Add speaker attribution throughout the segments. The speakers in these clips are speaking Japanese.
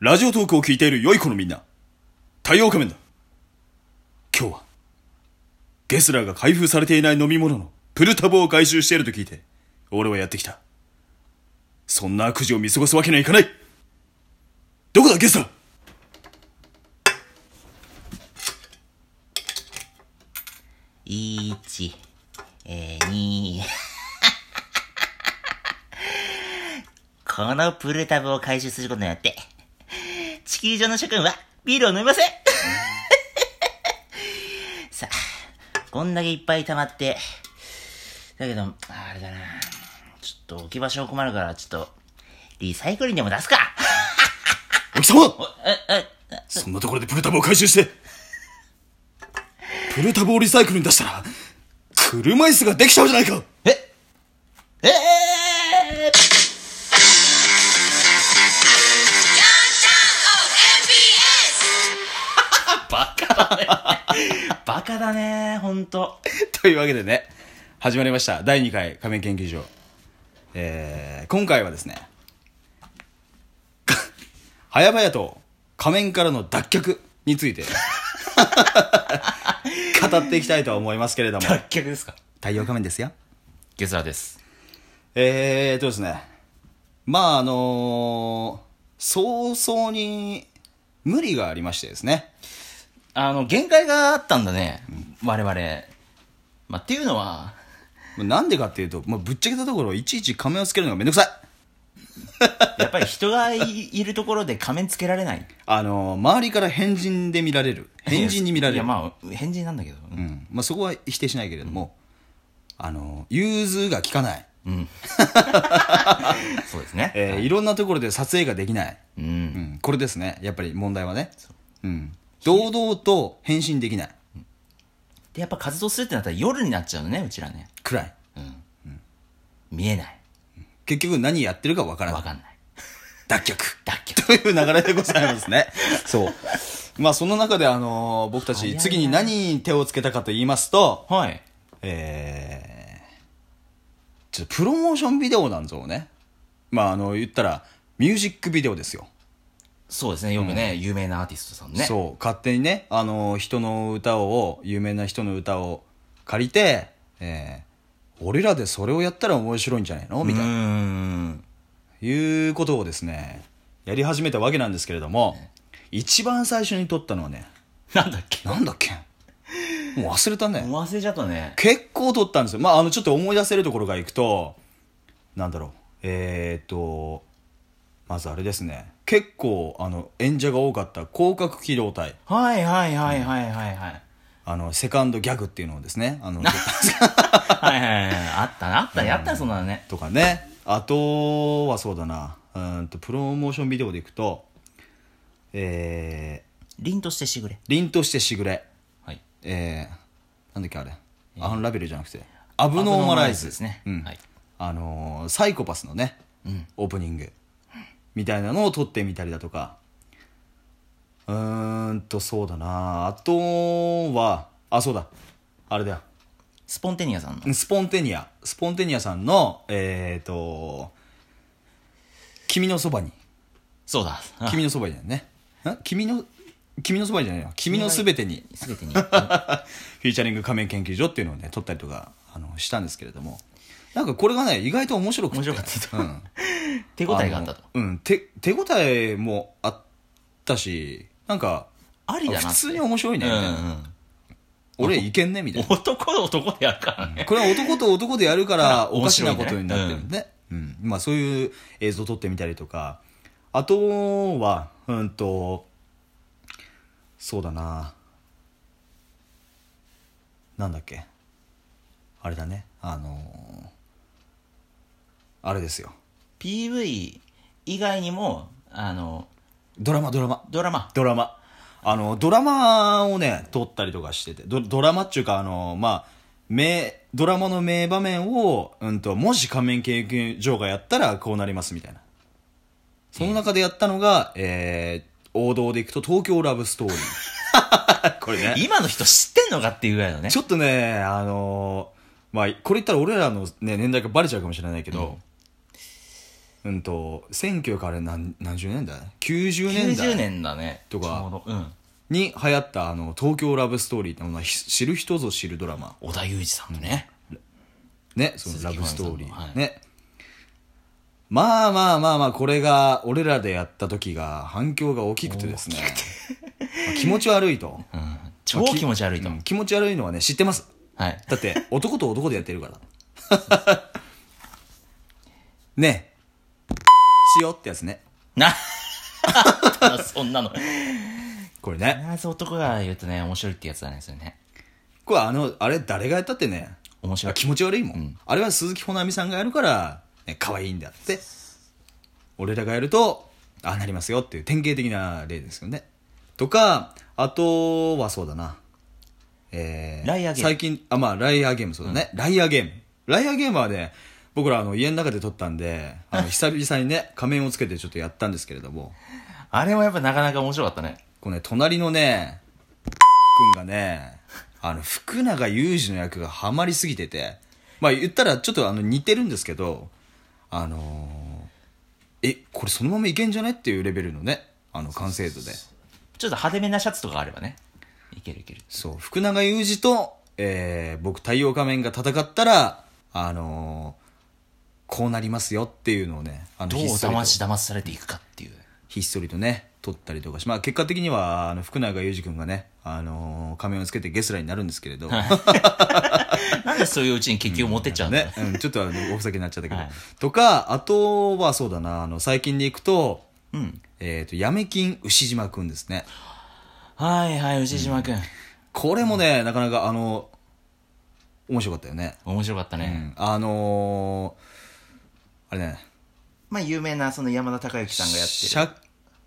Speaker 1: ラジオトークを聞いている良い子のみんな、太陽仮面だ。今日は、ゲスラーが開封されていない飲み物のプルタブを回収していると聞いて、俺はやってきた。そんな悪事を見過ごすわけにはいかないどこだゲスラー
Speaker 2: 1、えー、2。このプルタブを回収することによって、地球上の諸君はビールを飲みません さあ、こんだけいっぱい溜まって、だけど、あれだな。ちょっと置き場所困るから、ちょっと、リサイクルにでも出すか
Speaker 1: お貴様そんなところでプルタブを回収して、プルタブをリサイクルに出したら、車椅子ができちゃうじゃないか
Speaker 2: ええー
Speaker 3: MBS!
Speaker 2: バカだね。バカだね、ほんと。
Speaker 1: というわけでね始まりました第2回仮面研究所えー、今回はですね か早々と仮面からの脱却について 語っていきたいとは思いますけれども
Speaker 2: 脱却ですか
Speaker 1: 太陽仮面ですよ
Speaker 2: ゲスラです。
Speaker 1: えーとですねまああのー早々に無理がありましてですね
Speaker 2: あの、限界があったんだね。我々。まあ、っていうのは、
Speaker 1: もうなんでかっていうと、まあ、ぶっちゃけたところいちいち仮面をつけるのがめんどくさい
Speaker 2: やっぱり人がいいるところで 仮面つけられない。
Speaker 1: あのー周りから変人で見られる変人に見られ
Speaker 2: いや、
Speaker 1: る
Speaker 2: まあ、変人なんだけど。う。
Speaker 1: うんんまあ、そこは否定しないけれども、あの融通が利かない、
Speaker 2: そうですね。
Speaker 1: えーいろんなところで撮影ができない、
Speaker 2: う。
Speaker 1: うんん、これですねやっぱり問題はねう、ん、堂々と返信できない
Speaker 2: で、やっぱ活動するってなったら夜になっちゃうのね、うちらね。
Speaker 1: くらい
Speaker 2: 見えない。
Speaker 1: 結局何やってるかわからな
Speaker 2: わ
Speaker 1: い
Speaker 2: かんない。
Speaker 1: 脱却
Speaker 2: 脱却。
Speaker 1: という流れでございますね そうまあその中で、あのー僕た
Speaker 2: 早い
Speaker 1: ち
Speaker 2: な
Speaker 1: 次に何に手をつけたかと言いますと
Speaker 2: はい。
Speaker 1: えー、ちょっとプロモーションビデオなんぞをねまああの言ったらミュージックビデオですよ
Speaker 2: そうですね、よくね、有名なアーティストさんね。う。
Speaker 1: そう勝手にねあの人の歌を有名な人の歌を借りて、えー俺らでそれをやったら面白いんじゃないのみ
Speaker 2: う
Speaker 1: たいな、
Speaker 2: ーん。
Speaker 1: いうことをですねやり始めたわけなんですけれども、一番最初に撮ったのはね
Speaker 2: なんだっけ
Speaker 1: なんだっけもう忘れたね、
Speaker 2: もう忘れちゃったね。
Speaker 1: 結構撮ったんですよまああのちょっと思い出せるところがいくとなんだろうえー、っとまずあれですね結構あの演者が多かった広角機動隊
Speaker 2: はいはいはいはいはいはい。
Speaker 1: あの、セカンドギャグっていうのをですね、あの、
Speaker 2: はいはいはい。あったな、あった、やったなそんなのね。
Speaker 1: とかね。あとはそうだな、うーんと、プロモーションビデオでいくと、え
Speaker 2: 凛としてしぐれ。
Speaker 1: ー、凛としてしぐれ、
Speaker 2: はい。
Speaker 1: えー、なんだっけあれ、アンラベルじゃなくて、アブノーマライズ
Speaker 2: アブノーマライズですね
Speaker 1: うん
Speaker 2: はい
Speaker 1: あのーサイコパスのね、オープニング、みたいなのを撮ってみたりだとか、うーんと、そうだな、あとは、あ、そうだ、あれだよ。
Speaker 2: スポンテニアさんの。
Speaker 1: スポンテニア。スポンテニアさんの、えーと、君のそばに。
Speaker 2: そうだ。
Speaker 1: 君のそばにだよね。ん君の、君のそばにじゃないよ。君のすべてに、
Speaker 2: すべてに。
Speaker 1: フィーチャリング仮面研究所っていうのをね、撮ったりとか、あの、したんですけれども。なんかこれがね、意外と面白くて。
Speaker 2: 面白かったと
Speaker 1: うん。
Speaker 2: 手応えがあったと。
Speaker 1: のうん。手、手応えもあったし、なんか、
Speaker 2: ありだなって。
Speaker 1: 普通に面白いね、
Speaker 2: う
Speaker 1: み
Speaker 2: ん
Speaker 1: たいな。俺いけんね、みた
Speaker 2: う
Speaker 1: い
Speaker 2: ん
Speaker 1: な。
Speaker 2: 男は男でやるからね。
Speaker 1: これは男と男でやるからお
Speaker 2: 面
Speaker 1: かし
Speaker 2: 白い
Speaker 1: な
Speaker 2: ね
Speaker 1: ことになってるねうんまあ、そういう映像撮ってみたりとかあとはうんとそうだななんだっけあれだねあのーあれですよ
Speaker 2: PV 以外にも、あの、
Speaker 1: ドラマドラマ
Speaker 2: ドラマ。
Speaker 1: ドラマあのドラマをね撮ったりとかしててドドラマっていうかあのまあ名ドラマの名場面を、うん、ともし仮面研究所がやったらこうなりますみたいなその中でやったのが、えー王道でいくと「東京ラブストーリー」 これね
Speaker 2: 今の人知ってんのかっていうぐらいのね
Speaker 1: ち。ょっとねあのまあこれ言ったら俺らの、ね、年代がバレちゃうかもしれないけど、うんと1900あれ何何十年代90年
Speaker 2: 90
Speaker 1: 代
Speaker 2: 年だね。
Speaker 1: とか
Speaker 2: ちょうど。うん。
Speaker 1: に流行ったあの東京ラブストーリーってものはひ知る人ぞ知るドラマ
Speaker 2: 小田裕二さんのね。
Speaker 1: ねそのラブストーリ
Speaker 2: 鈴木保奈さんのは
Speaker 1: ー
Speaker 2: い
Speaker 1: ねまあまあまあまあこれが俺らでやった時が反響が大きくてですねまあ気持ち悪いと
Speaker 2: うん。超気持ち悪いと
Speaker 1: う。
Speaker 2: 思うん
Speaker 1: 気持ち悪いのはね知ってます
Speaker 2: はい。
Speaker 1: だって男と男でやってるから ねえしようってやつね
Speaker 2: な あそんなの。
Speaker 1: これね
Speaker 2: 必ず男が言うとね、面白いってやつだね、それね。
Speaker 1: これあのあれ誰がやったってね
Speaker 2: 面白い。
Speaker 1: 気持ち悪いもん、
Speaker 2: うん
Speaker 1: あれは鈴木保奈美さんがやるから、ね、可愛いんだって俺らがやるとああなりますよっていう典型的な例ですよねとかあとはそうだなえー、
Speaker 2: ライアーゲーム
Speaker 1: 最近あまあライアーゲームそうだね、ライアーゲームライアーゲームはね僕らあの家の中で撮ったんであ の久々にね仮面をつけてちょっとやったんですけれども
Speaker 2: あれもやっぱなかなか面白かったね。
Speaker 1: このね隣のねくんがねあの福永祐二の役がハマりすぎててまあ言ったらちょっとあの似てるんですけどあのーえこれそのままいけんじゃねっていうレベルのねあの完成度で
Speaker 2: ちょっと派手めなシャツとかあればね。いけるいける。
Speaker 1: そう福永祐二と、えー僕太陽仮面が戦ったらあのーこうなりますよっていうのをねあの
Speaker 2: どう
Speaker 1: ひっそりと
Speaker 2: 騙し騙されていくかっていう。
Speaker 1: ひっそりとね撮ったりとかし、まあ、結果的にはあの福永祐二君がね、あのー仮面をつけてゲスラーになるんですけれど、
Speaker 2: なんでそういううちに結局持ってっちゃうんだよ
Speaker 1: ね。うん、ちょっとあの おふざけになっちゃったけど、
Speaker 2: はい
Speaker 1: とかあとはそうだなあの最近でいくと,、
Speaker 2: うん。
Speaker 1: えー、とやめ金牛島君ですね
Speaker 2: はいはい、牛島くん。
Speaker 1: これもね、なかなかあの面白かったよね、
Speaker 2: 面白かった
Speaker 1: う
Speaker 2: ね。
Speaker 1: ん、あのー、あれね
Speaker 2: まあ、有名なその山田孝之さんがやって
Speaker 1: 借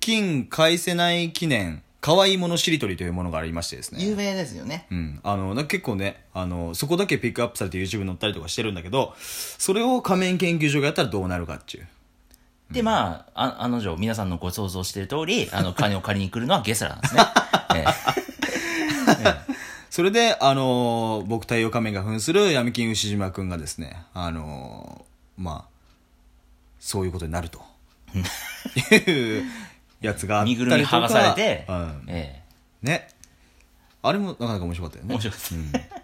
Speaker 1: 金返せない記念可愛いものしりとりというものがありましてですね
Speaker 2: る。有名ですよね。
Speaker 1: うん、あのな結構ねあのそこだけピックアップされて YouTube に載ったりとかしてるんだけどそれを仮面研究所がやったらどうなるかっていう
Speaker 2: で、まあ、ああの女、皆さんのご想像している通り、あの、金を借りに来るのはゲスラなんですね。 え
Speaker 1: それで、あのー僕太陽仮面が扮する闇金牛島くんがですねあのーまあそういうことになると いうやつがあった
Speaker 2: え身
Speaker 1: り
Speaker 2: ぐ
Speaker 1: と
Speaker 2: る
Speaker 1: か
Speaker 2: み剥がされて、
Speaker 1: うん、
Speaker 2: え
Speaker 1: ねあれもなかなか面白かったよ
Speaker 2: え
Speaker 1: ね
Speaker 2: 面白かった。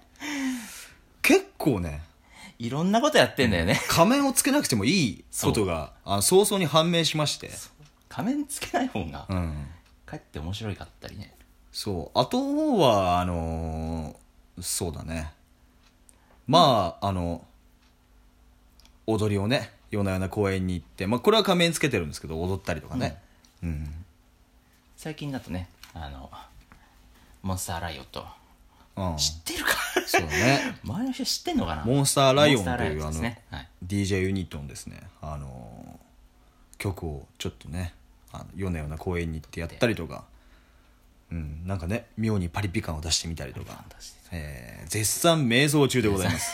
Speaker 1: 結構ね
Speaker 2: いろんなことやってんだよね。
Speaker 1: 仮面をつけなくてもいいことがあの早々に判明しまして
Speaker 2: 仮面つけない方が、
Speaker 1: うん
Speaker 2: かえって面白いかったりね。
Speaker 1: そうあとはあのーそうだねまあ、あの踊りをね夜な夜な公園に行って、まあ、これは仮面つけてるんですけど踊ったりとかね、うん
Speaker 2: 最近だとね、あの、モンスターライオンと。
Speaker 1: うん
Speaker 2: 知って るか
Speaker 1: そうだね
Speaker 2: 周りの人知ってんのかな
Speaker 1: モンスターライオンと
Speaker 2: モンスターラ
Speaker 1: い
Speaker 2: イ
Speaker 1: う
Speaker 2: オン
Speaker 1: あ
Speaker 2: です
Speaker 1: の、
Speaker 2: ねはい
Speaker 1: DJ ユニットのですね、あのー曲をちょっとねあの夜な夜な公園に行ってやったりとか、うん、なんかね妙にパリピ感を出してみたりとか、
Speaker 2: 出して
Speaker 1: えー絶賛迷走中でございます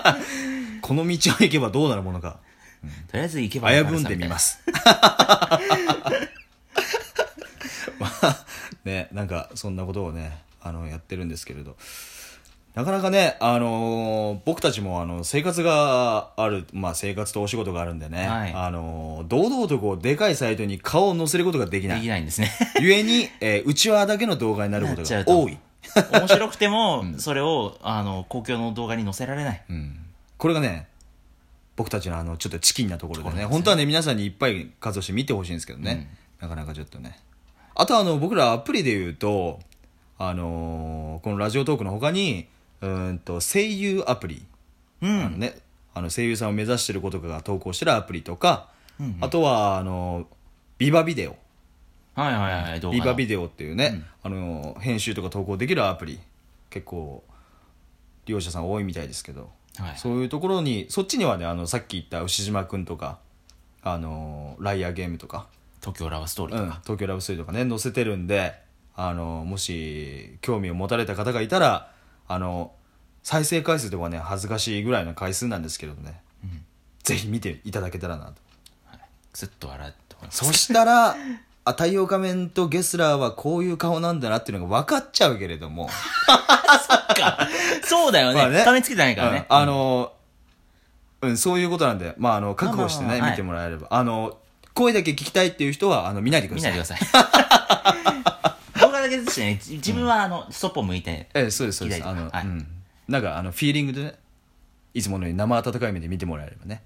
Speaker 1: この道を行けばどうなるものか
Speaker 2: とりあえず行けば。
Speaker 1: 危ぶんで みますすまあねなんかそんなことをねあのやってるんですけれどなかなかね、あのー僕たちもあの生活がある、まあ、生活とお仕事があるんでね、
Speaker 2: はい
Speaker 1: あのー堂々とこうでかいサイトに顔を載せることができな
Speaker 2: でき
Speaker 1: い。
Speaker 2: ない んですね。
Speaker 1: ゆえに、えうちわだけの動画になることが多い。
Speaker 2: 面白くても、それを、あの、公共の動画に載せられない。
Speaker 1: うんこれがね僕たちのあのちょっとチキンなところで
Speaker 2: とこ
Speaker 1: ね
Speaker 2: ろですね
Speaker 1: 本当はね皆さんにいっぱい活動して見てほしいんですけどね、なかなかちょっとねあとあの僕らアプリで言うとあのーこのラジオトークの他にうーんと声優アプリ、
Speaker 2: うん
Speaker 1: あのねあの声優さんを目指してる子とかが投稿してるアプリとか、あとはあのビバビデオ
Speaker 2: はいはいはい、動画
Speaker 1: ビ
Speaker 2: の。
Speaker 1: バビデオっていうね、あの編集とか投稿できるアプリ結構利用者さん多いみたいですけど、
Speaker 2: はい
Speaker 1: そういうところにそっちにはねあのさっき言った牛島くんとかあのライアーゲームとか、
Speaker 2: 東京ラブストーリ
Speaker 1: う
Speaker 2: ー
Speaker 1: ん
Speaker 2: とか。
Speaker 1: 東京ラブストーリーとかね載せてるんであのもし興味を持たれた方がいたらあの再生回数とかね恥ずかしいぐらいの回数なんですけれどね、ぜひ見ていただけたらなと
Speaker 2: ずっと笑うと思います。
Speaker 1: そしたら、 あ、太陽仮面とゲスラーはこういう顔なんだなっていうのが分かっちゃうけれども。
Speaker 2: そうだよね。
Speaker 1: まあね
Speaker 2: 仮面つけてないから
Speaker 1: うん
Speaker 2: ね。
Speaker 1: あの、ううん、そういうことなんで、まあ、あの、覚悟して
Speaker 2: まあ
Speaker 1: ね、
Speaker 2: まあまあ
Speaker 1: 見てもらえれば。あの、声だけ聞きたいっていう人は、あの、見ないでくだ
Speaker 2: 見
Speaker 1: さ
Speaker 2: ない
Speaker 1: い。
Speaker 2: でくだ さい。動画だけですしね、じ自分はあの、そっぽ向いて、
Speaker 1: ええ、そうです、そうです。
Speaker 2: 聞きた
Speaker 1: あ
Speaker 2: いで
Speaker 1: の、
Speaker 2: すはい
Speaker 1: うん。なんか、あの、フィーリングでね、いつものように生温かい目で見てもらえればね。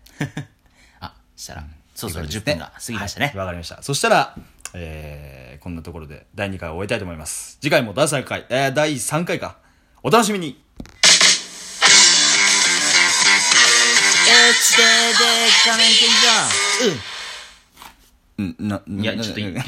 Speaker 2: あ、したら、そろそろ
Speaker 1: という
Speaker 2: 10
Speaker 1: ことです
Speaker 2: 分が過ぎましたね
Speaker 1: はい。わ、かりました。そしたら、えー、こんなところで第2回を終えたいと思います。次回も第3回、えー、第3回か。お楽しみに
Speaker 2: It's the day 仮面研究所
Speaker 1: うん、な、
Speaker 2: いや、ちょっといい。